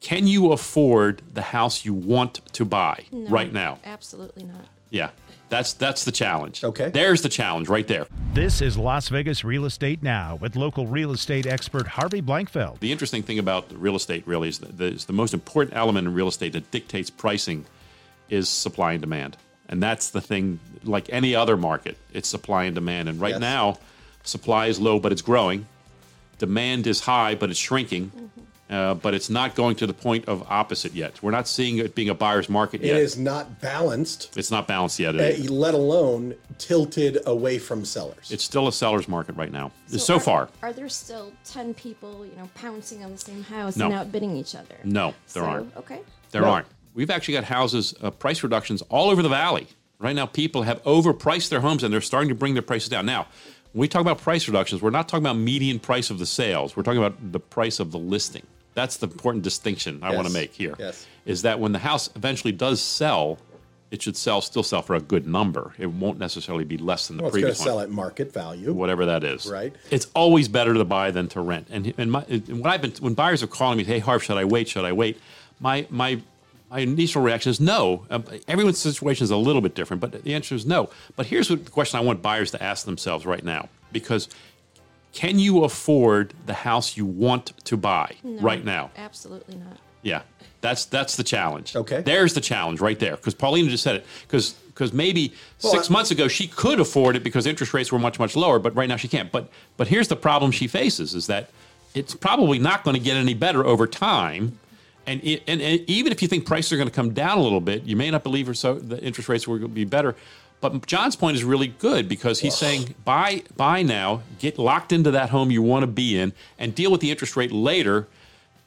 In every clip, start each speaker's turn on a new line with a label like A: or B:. A: Can you afford the house you want to buy right now?
B: Absolutely not.
A: Yeah. That's that's the challenge.
C: Okay.
A: There's the challenge right there.
D: This is Las Vegas Real Estate Now with local real estate expert Harvey Blankfeld.
A: The interesting thing about real estate really is that the, is the most important element in real estate that dictates pricing is supply and demand. And that's the thing like any other market, it's supply and demand. And right
C: Yes.
A: now, supply is low but it's growing. Demand is high but it's shrinking. Uh, but it's not going to the point of opposite yet. We're not seeing it being a buyer's market
C: It is
A: yet.
C: not balanced,
A: It's not balanced yet.
C: eh, let alone tilted away from sellers.
A: It's still a seller's market right now. So,
B: are,
A: far,
B: Are there still 10 people, you know, pouncing on the same house
A: No.
B: and outbidding each other?
A: No, there
B: So,
A: aren't.
B: Okay.
A: there aren't. We've actually got houses uh, price reductions all over the valley right now. People have overpriced their homes and they're starting to bring their prices down. Now, when we talk about price reductions, we're not talking about median price of the sales. We're talking about the price of the listing. That's the important distinction I want to
C: Yes.
A: make here.
C: Yes.
A: Is that when the house eventually does sell, it should sell still sell for a good number. It won't necessarily be less than the
C: well, it's going to
A: previous one.
C: sell at market value.
A: whatever that is.
C: Right.
A: It's always better to buy than to rent. And and, my, and when I've been when buyers are calling me, hey Harv, should I wait? Should I wait? My my my initial reaction is no. Um, everyone's situation is a little bit different, but the answer is no. But here's what the question I want buyers to ask themselves right now, because can you afford the house you want to buy right now?
B: Absolutely not.
A: Yeah, that's that's the challenge.
C: Okay.
A: there's the challenge right there because Paulina just said it because because maybe six
C: I-
A: months ago she could afford it because interest rates were much much lower, but right now she can't. But but here's the problem she faces is that it's probably not going to get any better over time. And, it, and, and even if you think prices are going to come down a little bit, you may not believe or so the interest rates were going to be better. But John's point is really good because he's saying buy buy now, get locked into that home you want to be in, and deal with the interest rate later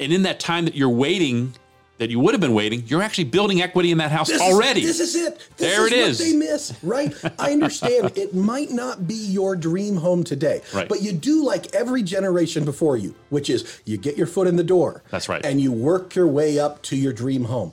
A: and in that time that you're waiting, that you would have been waiting, you're actually building equity in that house
C: This is-
A: already.
C: this is it. This
A: There
C: is
A: it
C: what
A: is.
C: they miss, right? I understand it might not be your dream home today,
A: Right.
C: but you do like every generation before you, which is you get your foot in the door.
A: That's right.
C: And you work your way up to your dream home.